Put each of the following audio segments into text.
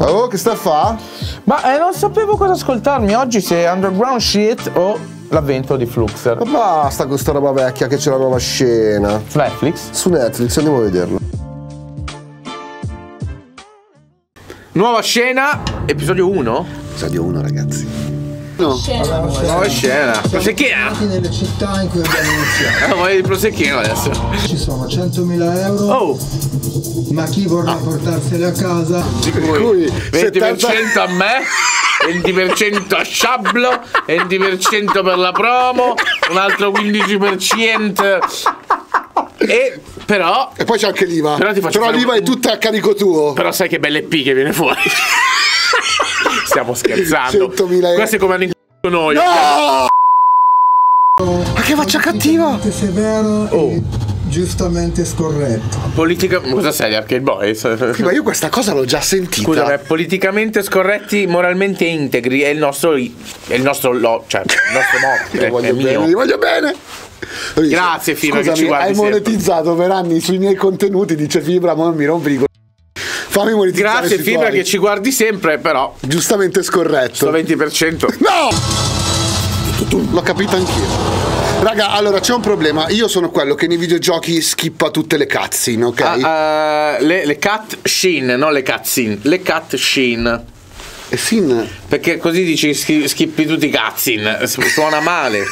Oh, che sta a fa? Ma eh, non sapevo cosa ascoltarmi oggi, se Underground Shit o l'avvento di Fluxer. Ma basta con sta roba vecchia che c'è la nuova scena. Su Netflix. Su Netflix, andiamo a vederla. Nuova scena, episodio 1. Episodio 1, ragazzi. Nuova scena. Prosecchina. Tutti nelle città in cui abbiamo iniziato Ah, voglio di prosecchino adesso. ci sono 100.000 euro, Oh, Ah. ma chi vorrà portarseli a casa? cui 20% a me. 20% a Sciablo, 20% per la promo, un altro 15%. E però, E poi c'è anche l'IVA. Però Però, ti faccio fare l'IVA un- è tutta a carico tuo. però sai che belle P che viene fuori. Stiamo scherzando. 100.000 euro. Questo è come hanno incontrato noi. No! Ma che faccia cattiva! Politicamente severo Oh. e giustamente scorretto. Politica. Cosa sei, Arcade Boys? Ma io questa cosa l'ho già sentita. Scusami, è politicamente scorretti, moralmente integri, è il nostro. è il nostro. Lo, cioè, il nostro Io motto. eh, li è voglio bene, li mio. voglio bene. Riso. Grazie, Fibra, che Scusami, ci guardi Hai sempre. monetizzato per anni sui miei contenuti, dice Fibra, ma non mi rompi i co- Fammi monetizzare. Grazie, sui Fibra, tuoi. che ci guardi sempre, però. Giustamente scorretto. Sto 20%. No! L'ho capito anch'io. Raga, allora c'è un problema. Io sono quello che nei videogiochi schippa tutte le cutscene, ok? Ah, eh, le, le cat shin, non le cat sin, le cat shin. E sin. Perché così dici schi- schippi tutti i cazzin, su- suona male.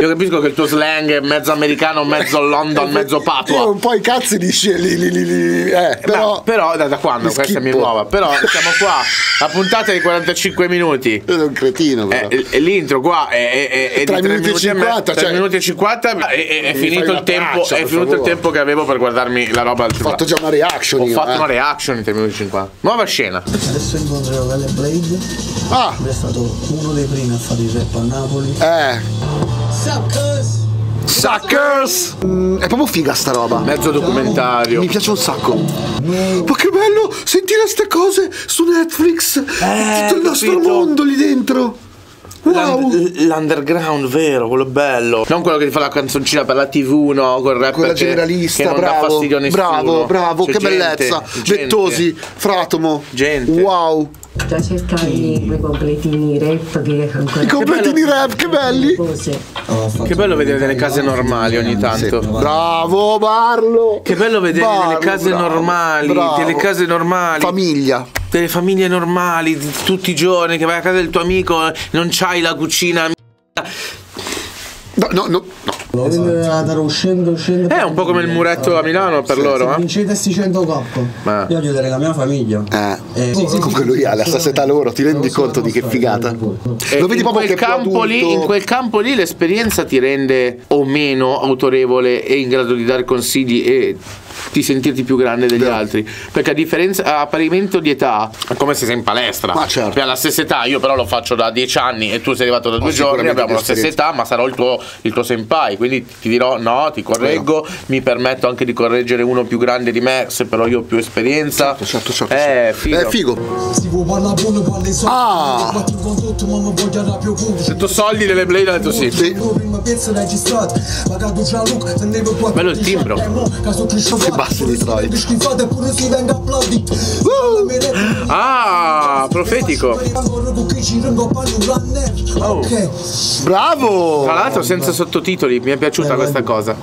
Io capisco che il tuo slang è mezzo americano, mezzo London, mezzo Io Patua. un po' i cazzi di sci- li, li, li, li- eh, Però, Oh, però. però da, da quando? Mi Questa mi è schippo. nuova. Però siamo qua, la puntata è di 45 minuti. Io sono un cretino, però. Eh, l- l'intro qua è, è- è- è Tra di 3 minuti minuti e e 50, me- tre cioè- minuti e 50 è, è- è Mi finito, fai il una tempo, traccia, è per finito il favore. tempo che avevo per guardarmi la roba al Ho fatto già una reaction Ho io. fatto eh. una reaction in 3 minuti e 50 nuova scena Adesso incontrerò Galle Blade, Ah, lui è stato uno dei primi a fare il rap a Napoli. eh. Sup, cuz? Suckers! Mm, è proprio figa sta roba. mezzo documentario Mi piace un sacco. Ma che bello sentire ste cose su Netflix. Tutto il nostro Eh, capito. mondo lì dentro. Wow. L'und- l'underground vero, quello bello. Non quello che ti fa la canzoncina per la TV, no? Col rap Quella che- che generalista, non dà bravo, fastidio a nessuno. bravo, bravo, C'è che gente, bellezza. gente. Vettosi, Fratomo. Gente. Wow. Già cercavi quei completini rap che ancora I completini rap, che belli. cose. Che bello vedere delle case normali ogni tanto. Bravo Barlo. Che bello vedere delle Barlo, case bravo, normali, bravo. delle case normali, Famiglia. delle famiglie normali di tutti i giorni che vai a casa del tuo amico, eh, non c'hai la cucina. No, no, no. no. L'Ataro scendo, scendo. Eh, È un po' come il muretto a Milano per Se loro, eh? vincete sti 100 coppo, Ma- io aiuterei la mia famiglia. Eh. Eh, Comunque lui ha la stessa età loro, ti rendi Sono conto di che stato- figata? E Lo Eh, in, vedi proprio quel che più campo lì, adulto- in quel campo lì l'esperienza ti rende o meno autorevole e in grado di dare consigli e di sentirti più grande degli Vero. altri. Perché a differenza a parimento di età, è come se sei in palestra. Ma certo. Cioè, alla stessa età, io però lo faccio da dieci anni e tu sei arrivato da due giorni, sicuramente abbiamo più la stessa esperienza. età, ma sarò il tuo, il tuo senpai. Quindi ti dirò no, ti correggo, mi permetto anche di correggere uno più grande di me, se però io ho più esperienza. Certo, certo. Eh, certo. figo. Eh, figo. Si può parlare buono, parli solo. Ah. Ma ti con tutto, ma non voglio la più culo. Se tu soldi delle blade, ho detto sì. Bello Bello il timbro. Che bassi di Troy. Ah, profetico. Bravo. Tra l'altro senza sottotitoli, mi è piaciuta questa cosa.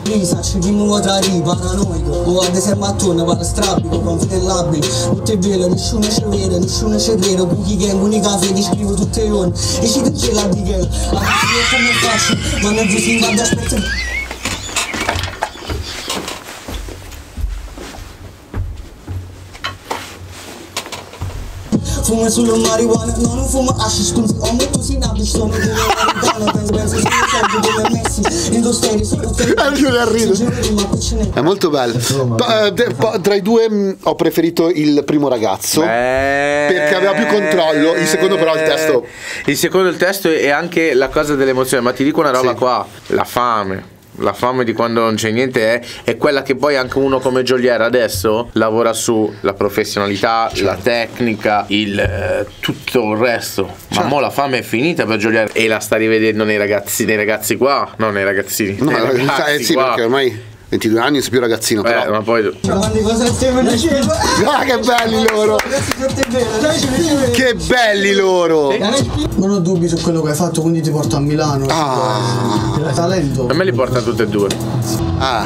Fuma solo marijuana, no, non fumo hashish Quindi ho molto sinapi, sono delle americane Penso, penso, sono soldi delle Messi In due stelle, sono Eh, lui Eh, la ride. È molto bello. Pa- eh, de- pa- tra i due mh, ho preferito il primo ragazzo. Perché Perché aveva più controllo, il secondo però il testo. Il secondo il testo e anche la cosa dell'emozione, ma ti dico una roba Sì. qua, la fame. La fame di quando non c'è niente è, è quella che poi anche uno come Gioliera adesso lavora su la professionalità, la tecnica, il, eh, tutto il resto. Certo. Ma mo la fame è finita per Gioliera e la sta rivedendo nei ragazzi, nei ragazzi qua, no nei ragazzini. No, nei eh, ragazzi sì, qua. perché ormai 22 anni, non sei più ragazzino, Eh, però. ma poi. Domani cosa stiamo dicendo? Ah, che belli loro! Ragazzi, tutti bene, dai, ci vediamo. Che belli loro! Non ho dubbi su quello che hai fatto, quindi ti porto a Milano. Ah, Talento. A me li porta tutte e due. ah,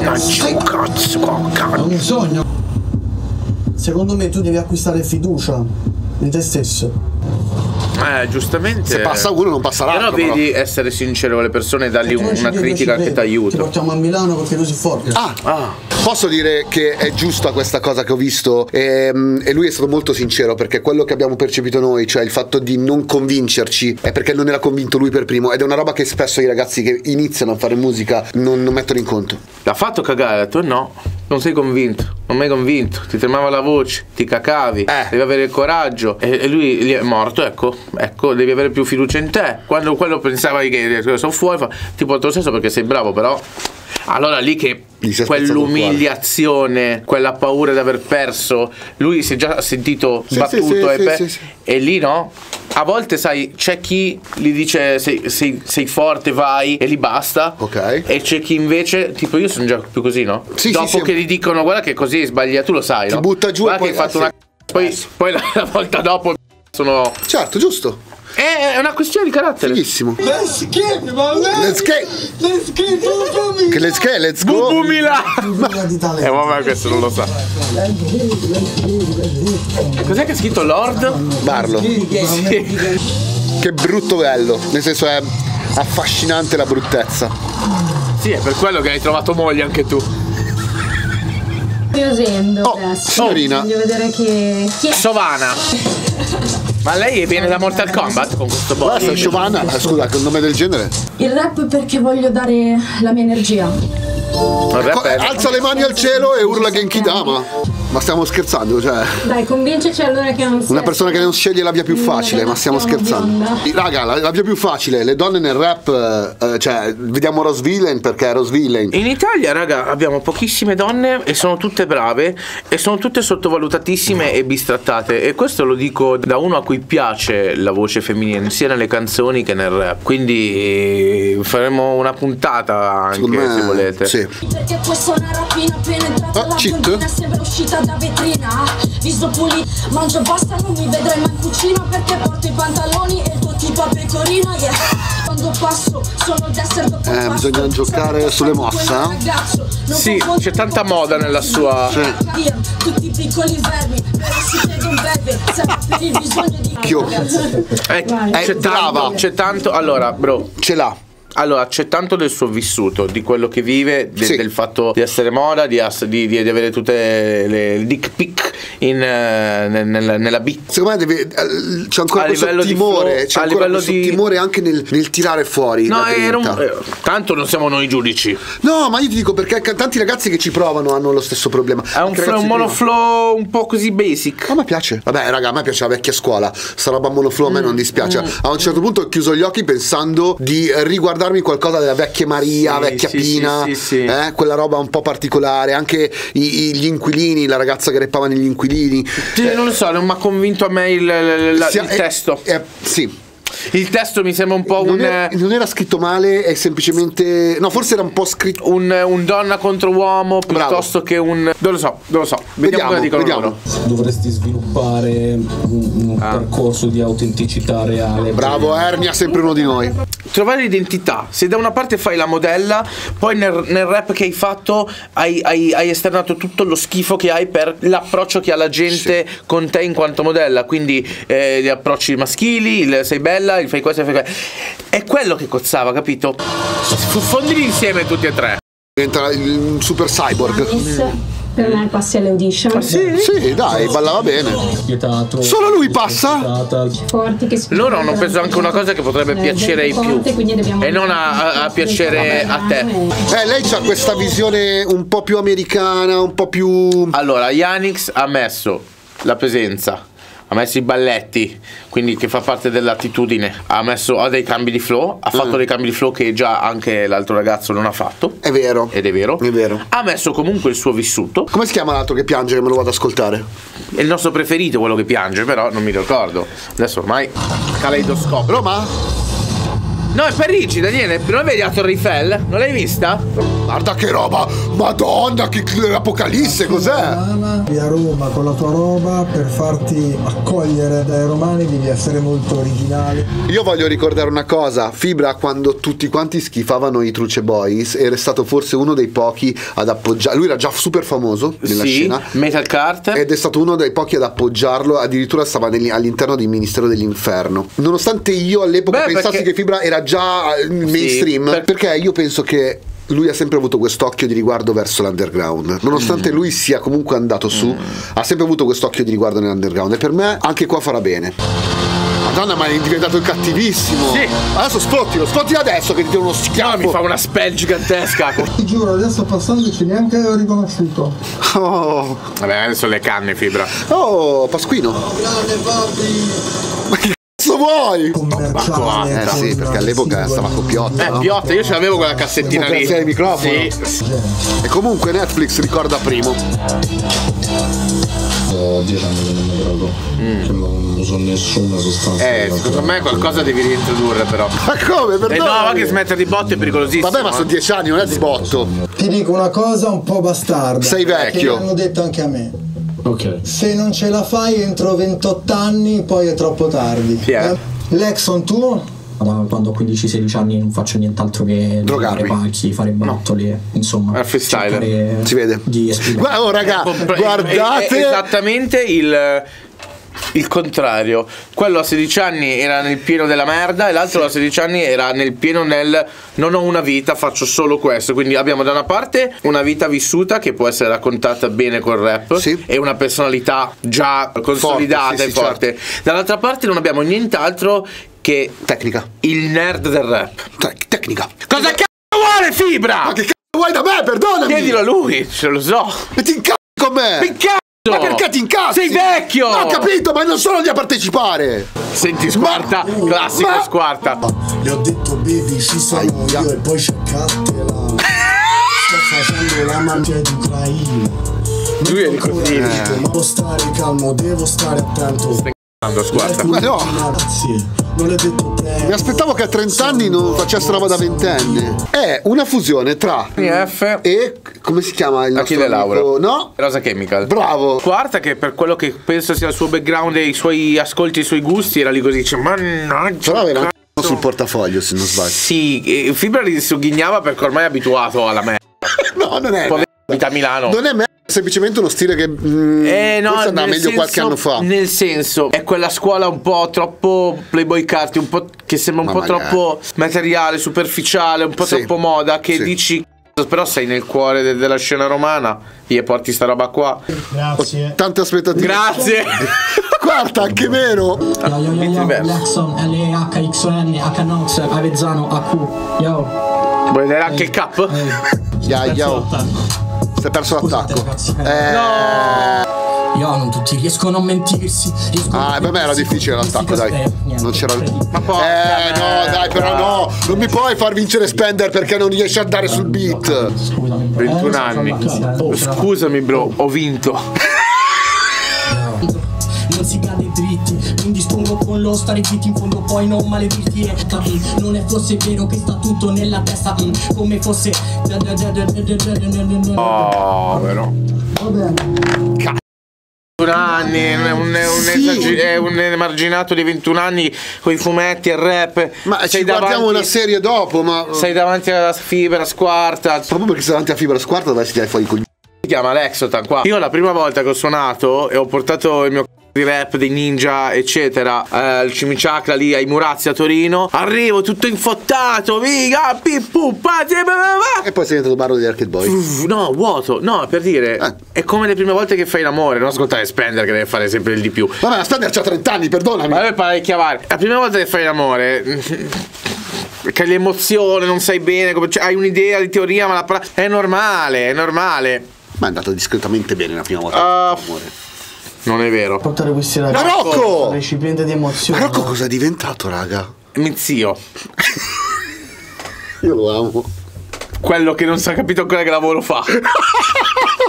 È un sogno. Secondo me tu devi acquistare fiducia in te stesso. Eh, giustamente. se passa uno non passa Però l'altro. Però vedi essere sincero con le persone, dargli Tu ci una credi, critica ci che ti credi. Ti aiuta. portiamo a Milano perché tu sei forte. Ah, posso dire che è giusta questa cosa che ho visto Ehm, e, lui è stato molto sincero perché quello che abbiamo percepito noi, cioè il fatto di non convincerci, è perché non era convinto lui per primo ed è una roba che spesso i ragazzi che iniziano a fare musica non, non mettono in conto. L'ha fatto cagare, tu no. Non sei convinto, non mi hai convinto, ti tremava la voce, ti cacavi, Eh. devi avere il coraggio. E, e lui lì è morto, ecco, ecco, devi avere più fiducia in te. Quando quello pensava che sono fuori, fa, ti porto lo stesso perché sei bravo, però. Allora lì che Gli si è spezzato il cuore. quell'umiliazione, quella paura di aver perso, lui si è già sentito Sì, battuto eh, e, sì, sì, sì, pe- sì, sì. e lì no? A volte, sai, c'è chi gli dice sei, sei- sei forte, vai e lì basta. Ok. E c'è chi invece, tipo io sono già più così, no? Sì, sì, Dopo sì. che gli dicono guarda che così hai sbagliato, tu lo sai, Ti no? butta giù e guarda poi- che hai fatto eh, una sì. c***a, poi, poi la, la volta dopo sono... Certo, giusto. Eh, È una questione di carattere. Fighissimo. Let's get, vabbè. Let's get, Let's get, papà che let's get, let's Bu- bu- go. Mila! Fiducia di Eh, talento. vabbè, questo non lo sa. Cos'è che ha scritto Lord? Barlo. Che brutto bello, nel senso è affascinante la bruttezza. Sì, è per quello che hai trovato moglie anche tu. Piosendo. Oh, signorina. Voglio vedere che. Chi è? Sovana. Ma lei viene da Mortal Kombat con questo Basta, body? Giovanna, ah, scusa, che nome del genere? Il rap perché voglio dare la mia energia. Un Co- rapper. Alza le mani al cielo e urla Genkidama. Ma stiamo scherzando, cioè. Dai, convinceci allora che non sia. Una persona che non sceglie la via più Una facile, ma stiamo relazione scherzando. bionda. Raga, la, la via più facile, le donne nel rap, eh, cioè, vediamo Rose Villain perché è Rose Villain. In Italia, raga, abbiamo pochissime donne e sono tutte brave e sono tutte sottovalutatissime e bistrattate. E questo lo dico da uno a cui piace la voce femminile, sia nelle canzoni che nel rap. Quindi eh, faremo una puntata Secondo anche me- se volete. Sì. Perché questa è una rapina appena entrata Ah, la cheat. bambina sembra uscita da vetrina Viso pulito, mangio basta, non mi vedrai mai in cucina Perché porto i pantaloni e il tuo tipo a pecorina, yeah Quando passo, sono destro dopo Eh, bisogna giocare sulle eh. mosse, no? Sì, c'è tanta moda nella sua- Tutti i piccoli vermi, però si chiede un bebe Sempre per il bisogno di... Occhio. Eh, Vai. c'è È tanto, brava. c'è tanto. Allora, bro, Ce l'ha. Allora, c'è tanto del suo vissuto, di quello che vive, de- Sì. del fatto di essere moda, di, ass- di- di- di avere tutte le le dick pic in, eh, nel- nella, nella bit. Secondo me deve- eh, c'è ancora A questo livello di timore, flow, c'è a ancora livello questo di- timore anche nel, nel tirare fuori. No, la era un- grinta. eh, tanto non siamo noi giudici. No, ma io ti dico perché ca- tanti ragazzi che ci provano hanno lo stesso problema. È un, Anche fl- ragazzi un prima. monoflow un po' così basic. A me piace. Vabbè, raga, a me piace la vecchia scuola. Sta roba monoflow a me non Mm, dispiace. A un certo punto ho chiuso gli occhi pensando di riguardarmi qualcosa della vecchia Maria, Sì, vecchia sì, Pina, sì, sì, sì. eh, quella roba un po' particolare. Anche i- i- gli inquilini, la ragazza che reppava negli inquilini. Sì, non lo so, non mi ha convinto a me il, la- Eh. Sia- il eh, testo. eh, sì. Il testo mi sembra un po' un, Non, era, eh, non era scritto male, è semplicemente. No, forse era un po' scritto. un- un donna contro uomo Bravo. piuttosto che un. Non lo so, non lo so. Vediamo, Vediamo, cosa dicono vediamo. loro. dovresti sviluppare un, un percorso di autenticità reale. Bravo, Ernia, sempre uno di noi. Trovare l'identità. Se da una parte fai la modella, poi nel, nel rap che hai fatto hai, hai- hai esternato tutto lo schifo che hai per l'approccio che ha la gente con te in quanto modella. Quindi eh, gli approcci maschili, il sei bella, il fai questo, il fai quello. È quello che cozzava, capito? F- Fondili insieme tutti e tre. Diventa il super cyborg. Miss, Per me passi alle audition. Sì, dai, ballava bene. Spietato, Solo lui passa? spietata, Forti che spiegano Loro hanno preso anche una cosa che potrebbe Eh, piacere ai gente più forte, quindi dobbiamo- e non a, a- a piacere a Ah, te. Eh, lei ha questa visione un po' più americana, un po' più. Allora, Yanix ha messo la presenza, ha messo i balletti, quindi che fa parte dell'attitudine, ha messo ha dei cambi di flow, ha fatto dei cambi di flow che già anche l'altro ragazzo non ha fatto. È vero. Ed è vero. È vero. Ha messo comunque il suo vissuto. Come si chiama l'altro che piange che me lo vado ad ascoltare? È il nostro preferito, quello che piange, però non mi ricordo. Adesso ormai caleidoscopio. Roma? No, è Parigi, Daniele. Non vedi la Torre Eiffel? Non l'hai vista? Guarda che roba! Madonna, che l'apocalisse cos'è? Romana, via Roma con la tua roba per farti accogliere dai romani devi essere molto originale Io voglio ricordare una cosa, Fibra quando tutti quanti schifavano i Truce Boys era stato forse uno dei pochi ad appoggiare, lui era già super famoso nella sì, scena Metal Carter. ed è stato uno dei pochi ad appoggiarlo, addirittura stava negli- all'interno del Ministero dell'Inferno. Nonostante io all'epoca Beh, pensassi perché- che Fibra era già eh, mainstream, per- perché io penso che lui ha sempre avuto quest'occhio di riguardo verso l'underground. Nonostante Mm. lui sia comunque andato su, ha sempre avuto quest'occhio di riguardo nell'underground e per me anche qua farà bene. Madonna, ma è diventato cattivissimo. Sì. Adesso spottilo, spottilo adesso che ti do uno schiavo. Mi fa una spell gigantesca. ti giuro adesso passandoci neanche ho riconosciuto Oh, Vabbè, adesso le canne fibra. oh, Pasquino. Ma che cazzo vuoi? commerciale Eh sì, con perché all'epoca singoli stava con Piotta. Eh, no? Piotta, io ce l'avevo quella cassettina lì. Democrazia ai microfoni. Sì. gente. E comunque Netflix ricorda primo. Ho dieci anni che non mi drogo, che non uso nessuna sostanza. Eh, secondo me qualcosa devi rintrodurre però. Ma come? Eh Perdonami. no, ma che smettere di botte è pericolosissimo. eh. Vabbè, ma sono dieci anni, non è di botto. ti dico una cosa un po' bastarda eh, Sei vecchio. che mi hanno detto anche a me Ok. se non ce la fai entro 28 anni poi è troppo tardi Eh? Chi è? Lexon tu? Da quando ho 15-16 anni non faccio nient'altro che Drogarmi. fare palchi, fare battole, insomma. Era freestyler. cercare Si vede. Di esprimere. Guarda, oh, raga, Compre- è- è guardate. esattamente il il contrario. Quello a 16 anni era nel pieno della merda e l'altro a 16 anni era nel pieno nel non ho una vita, faccio solo questo. Quindi abbiamo da una parte una vita vissuta che può essere raccontata bene col rap Sì. e una personalità già consolidata Forte, sì, certo. e sì, forte. Dall'altra parte non abbiamo nient'altro che Tecnica. il nerd del rap. Tec- tecnica. Cosa cazzo vuole Fibra? Ma che cazzo vuoi da me? Perdonami. Chiedilo a lui, ce lo so. E ti incazzi con me. Che cazzo? Eh. Ma perché ti incazzi? Sei vecchio! Ma Ho capito, ma non sono lì a partecipare. Senti, squarta, classico ma- squarta. Le ho detto bevi, ci sono Aia. io e poi cercatela. Sto facendo la mangia di Ucraina. Lui è di così. Dico, Ma devo stare calmo, devo stare attento. Ando, squarta. Ma no. Grazie, non l'ho detto bene. Mi aspettavo che a 30 anni non facesse roba da ventenne. È una fusione tra NF e come si chiama il nostro Achille Laura. amico? No? Rosa Chemical. Bravo. Quarta che per quello che penso sia il suo background e i suoi ascolti, i suoi gusti, era lì così, dice, mannaggia. Però aveva un cazzo." c***o sul portafoglio, se non sbaglio. Sì, e Fibra li sogghignava perché ormai è abituato alla merda. No, non è. Poi abita a Milano. Non è me- semplicemente uno stile che mm, Eh no, forse andava nel meglio qualche senso- anno fa. Nel senso, è quella scuola un po' troppo Playboy Carti, un po' che sembra un Ma po' magari. troppo materiale, superficiale, un po' Sì. troppo moda, che Sì. dici... "Cazzo, Però sei nel cuore de- della scena romana e porti sta roba qua. Grazie. Tante aspettative. Grazie! Quarta, anche meno. Yo, yo, yo, Beat yo, diverso. Lexon, L-E-H-Y-N, H-Nox, Avezzano, AQ. Yo. Vuoi vedere anche il cap? Ya, ya, oh. Si è perso l'attacco. Eh, Yo, non tutti riescono a mentirsi. riescono Ah, a per me era mentirsi, difficile l'attacco, questi dai. cospetto, niente, Non c'era. incredibile. Ma porca Eh, no, merda. dai, però no. Non mi puoi far vincere Spender perché non riesci a andare sul beat. Scusami. 21 Eh, anni. Oh, Scusami, bro, ho vinto. Non si cade dritti, mi dispongo con lo stare zitti in fondo poi non maledirti e capi. Non è forse vero che sta tutto nella testa, mm, come fosse... Oh, però. 21 anni, è un, è un- è un Sì. esagi- è un emarginato di 21 anni con i fumetti e il rap. Ma ci guardiamo una serie dopo, ma. Sei davanti alla fibra squarta. Come Proprio perché sei davanti a fibra squarta dovresti dare fuori i coglioni. si chiama Lexotan qua? Io la prima volta che ho suonato e ho portato il mio c***o di rap dei ninja eccetera eh, al cimiciacra lì ai Murazzi a Torino arrivo tutto infottato mica pippu pazzi, bla, bla, bla. E poi sei diventato barro degli Arcade Boy. Uff, No, vuoto. No, per dire, Eh. è come le prime volte che fai l'amore, non ascoltare Spender che deve fare sempre il di più. Vabbè, la Spender c'ha 30 anni, perdonami. Ma deve parlare di chiavare. La prima volta che fai l'amore. Che l'emozione, non sai bene, come- cioè, hai un'idea di teoria, ma la pra- è normale, è normale. Ma è andata discretamente bene la prima volta. Ah. amore. Non è vero. portare questi ragazzi Marocco! recipiente di emozioni Marocco cosa è diventato, raga? Mio zio, Io lo amo. quello che non si è capito ancora che lavoro fa. è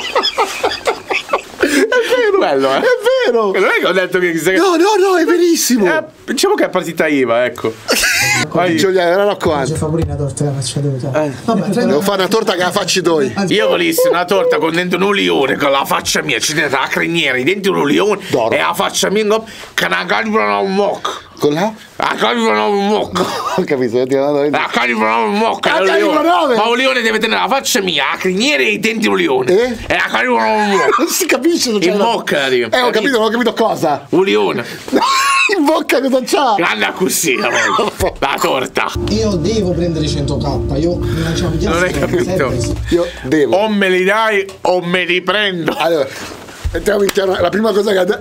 vero, quello, eh. È vero! Non è Eh, che ho detto che No, no, no, è verissimo! Eh, diciamo che è partita IVA, ecco. Giuliano Rocco C'è Hunt. Favorina torta la faccia dovuta. Eh. Vabbè, Devo fare una torta che la facci noi. Io volissi una torta con dentro un ulione, con la faccia mia, ci dentro la criniera, dentro un ulione e la faccia mia in cop- che la calibra un mock. Con la? La calibra un mock. Ho capito, ti La calibra un mock. La è un calibra leone. nove. Ma un leone deve tenere la faccia mia, la criniera e i denti un ulione. Eh? E la calibra un mock. Non si capisce, non c'è Il la- mock, arriva. Eh, ho capito, non ho capito cosa. Ulione. In bocca cosa c'ha? Grande cucina, la torta. Io devo prendere 100k, io mi lanciavo in Non hai capito? Io devo. O me li dai o me li prendo. Allora, entriamo in chiaro. La prima cosa che ha de-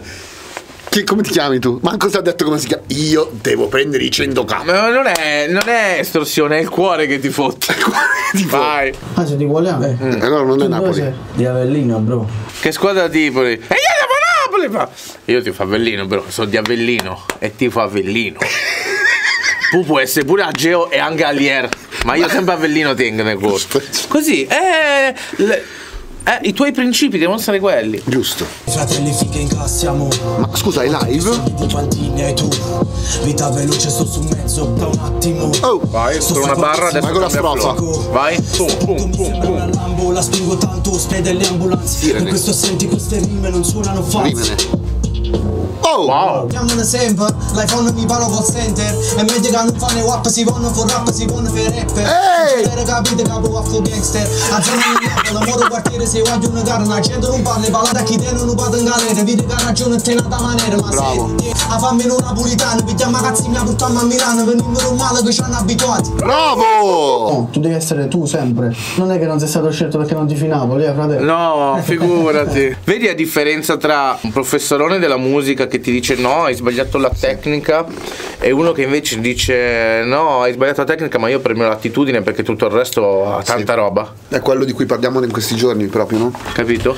Chi- come ti chiami tu? Manco si ha detto come si chiama. Io devo prendere i 100k. Ma non è, non è estorsione, è il cuore che ti fotte. Vai. Ah, sei di Guagliano? Allora Eh, non è Napoli. Di Avellino, bro. Che squadra tifoli? E io devo Napoli! fa. Io tifo Avellino, però sono di Avellino e tifo Avellino. Pupo essere pure a Geo e anche a Lier, ma io sempre Avellino tengo nel cuore. Così, eh, le- eh, i tuoi principi devono essere quelli. Giusto. Fratelli fighe in classe amore Ma scusa, è live? Di Fantini e tu Vita veloce sto sul mezzo da un attimo Oh. Vai, sono una barra, adesso Ma con la cambia strofa. flow. Vai, pum, pum, pum, pum. La Lambo la spingo tanto Spede le ambulanze Per Irene. questo senti queste rime non suonano false Oh wow Chiamano sempre, l'iPhone mi parlo col center E meglio che non fanno WAP, si vanno for rap, si vanno per rapper Ehi! Non capite capo waffle gangster A zona di Napoli, moro quartiere, se voglio una gara La gente non parla, parla da chi te non parla in galera Vedi che ha ragione, te nata maniera, ma Bravo. se A fammi non napolitano, pigliamo ragazzi, mi ha portato a Milano Venimmo male che ci hanno abituati Bravo! tu devi essere tu sempre Non è che non sei stato scelto perché non ti finavo, lì fratello No, figurati. Vedi la differenza tra un professorone della musica che ti dice no, hai sbagliato la tecnica e uno che invece dice no, hai sbagliato la tecnica ma io premio l'attitudine perché tutto il resto ha tanta roba. È quello di cui parliamo in questi giorni proprio, no? Capito?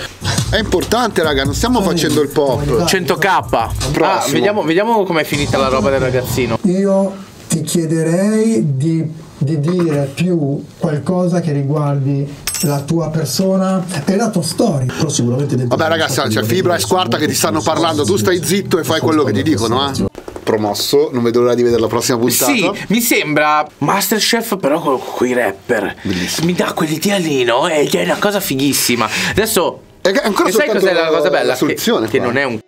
È importante, raga, non stiamo facendo il pop. 100k. Ah, Prossimo. vediamo, vediamo com'è finita la roba del ragazzino. Io ti chiederei di, di dire più qualcosa che riguardi la tua persona e la tua storia. Però sicuramente dentro Vabbè, ragazzi, c'è Fibra e Squarta che ti stanno parlando. Tu stai zitto e fai quello che ti dicono, eh? Promosso, non vedo l'ora di vedere la prossima puntata. Sì, mi sembra Masterchef però con quei rapper. Mi dà quell'idea lì, no? È è una cosa fighissima. Adesso... E che- ancora e sai soltanto cos'è la la- cosa la bella? Che, soluzione che qua. non è un...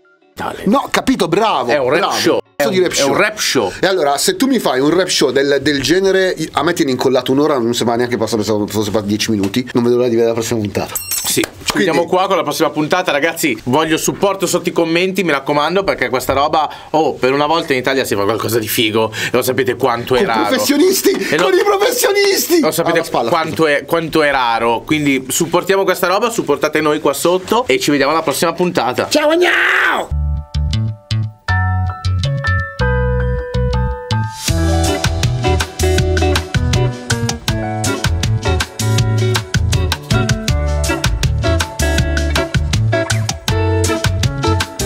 No, capito, bravo. È un rap bravo. show. È Cazzo un- di rap è show. un rap show. E allora, se tu mi fai un rap show del, del genere, a me tieni incollato un'ora, non sembra neanche passare, pensavo fosse passato 10 minuti. Non vedo l'ora di vedere la prossima puntata. Sì, ci vediamo qua con la prossima puntata, ragazzi. Voglio supporto sotto i commenti, mi raccomando, perché questa roba, oh, per una volta in Italia si fa qualcosa di figo. E lo sapete quanto è Con raro. professionisti! E con lo- i professionisti! Lo sapete Alla spalla, quanto, è, quanto è raro. Quindi supportiamo questa roba, supportate noi qua sotto e ci vediamo alla prossima puntata. scusa. Ciao, andiamo!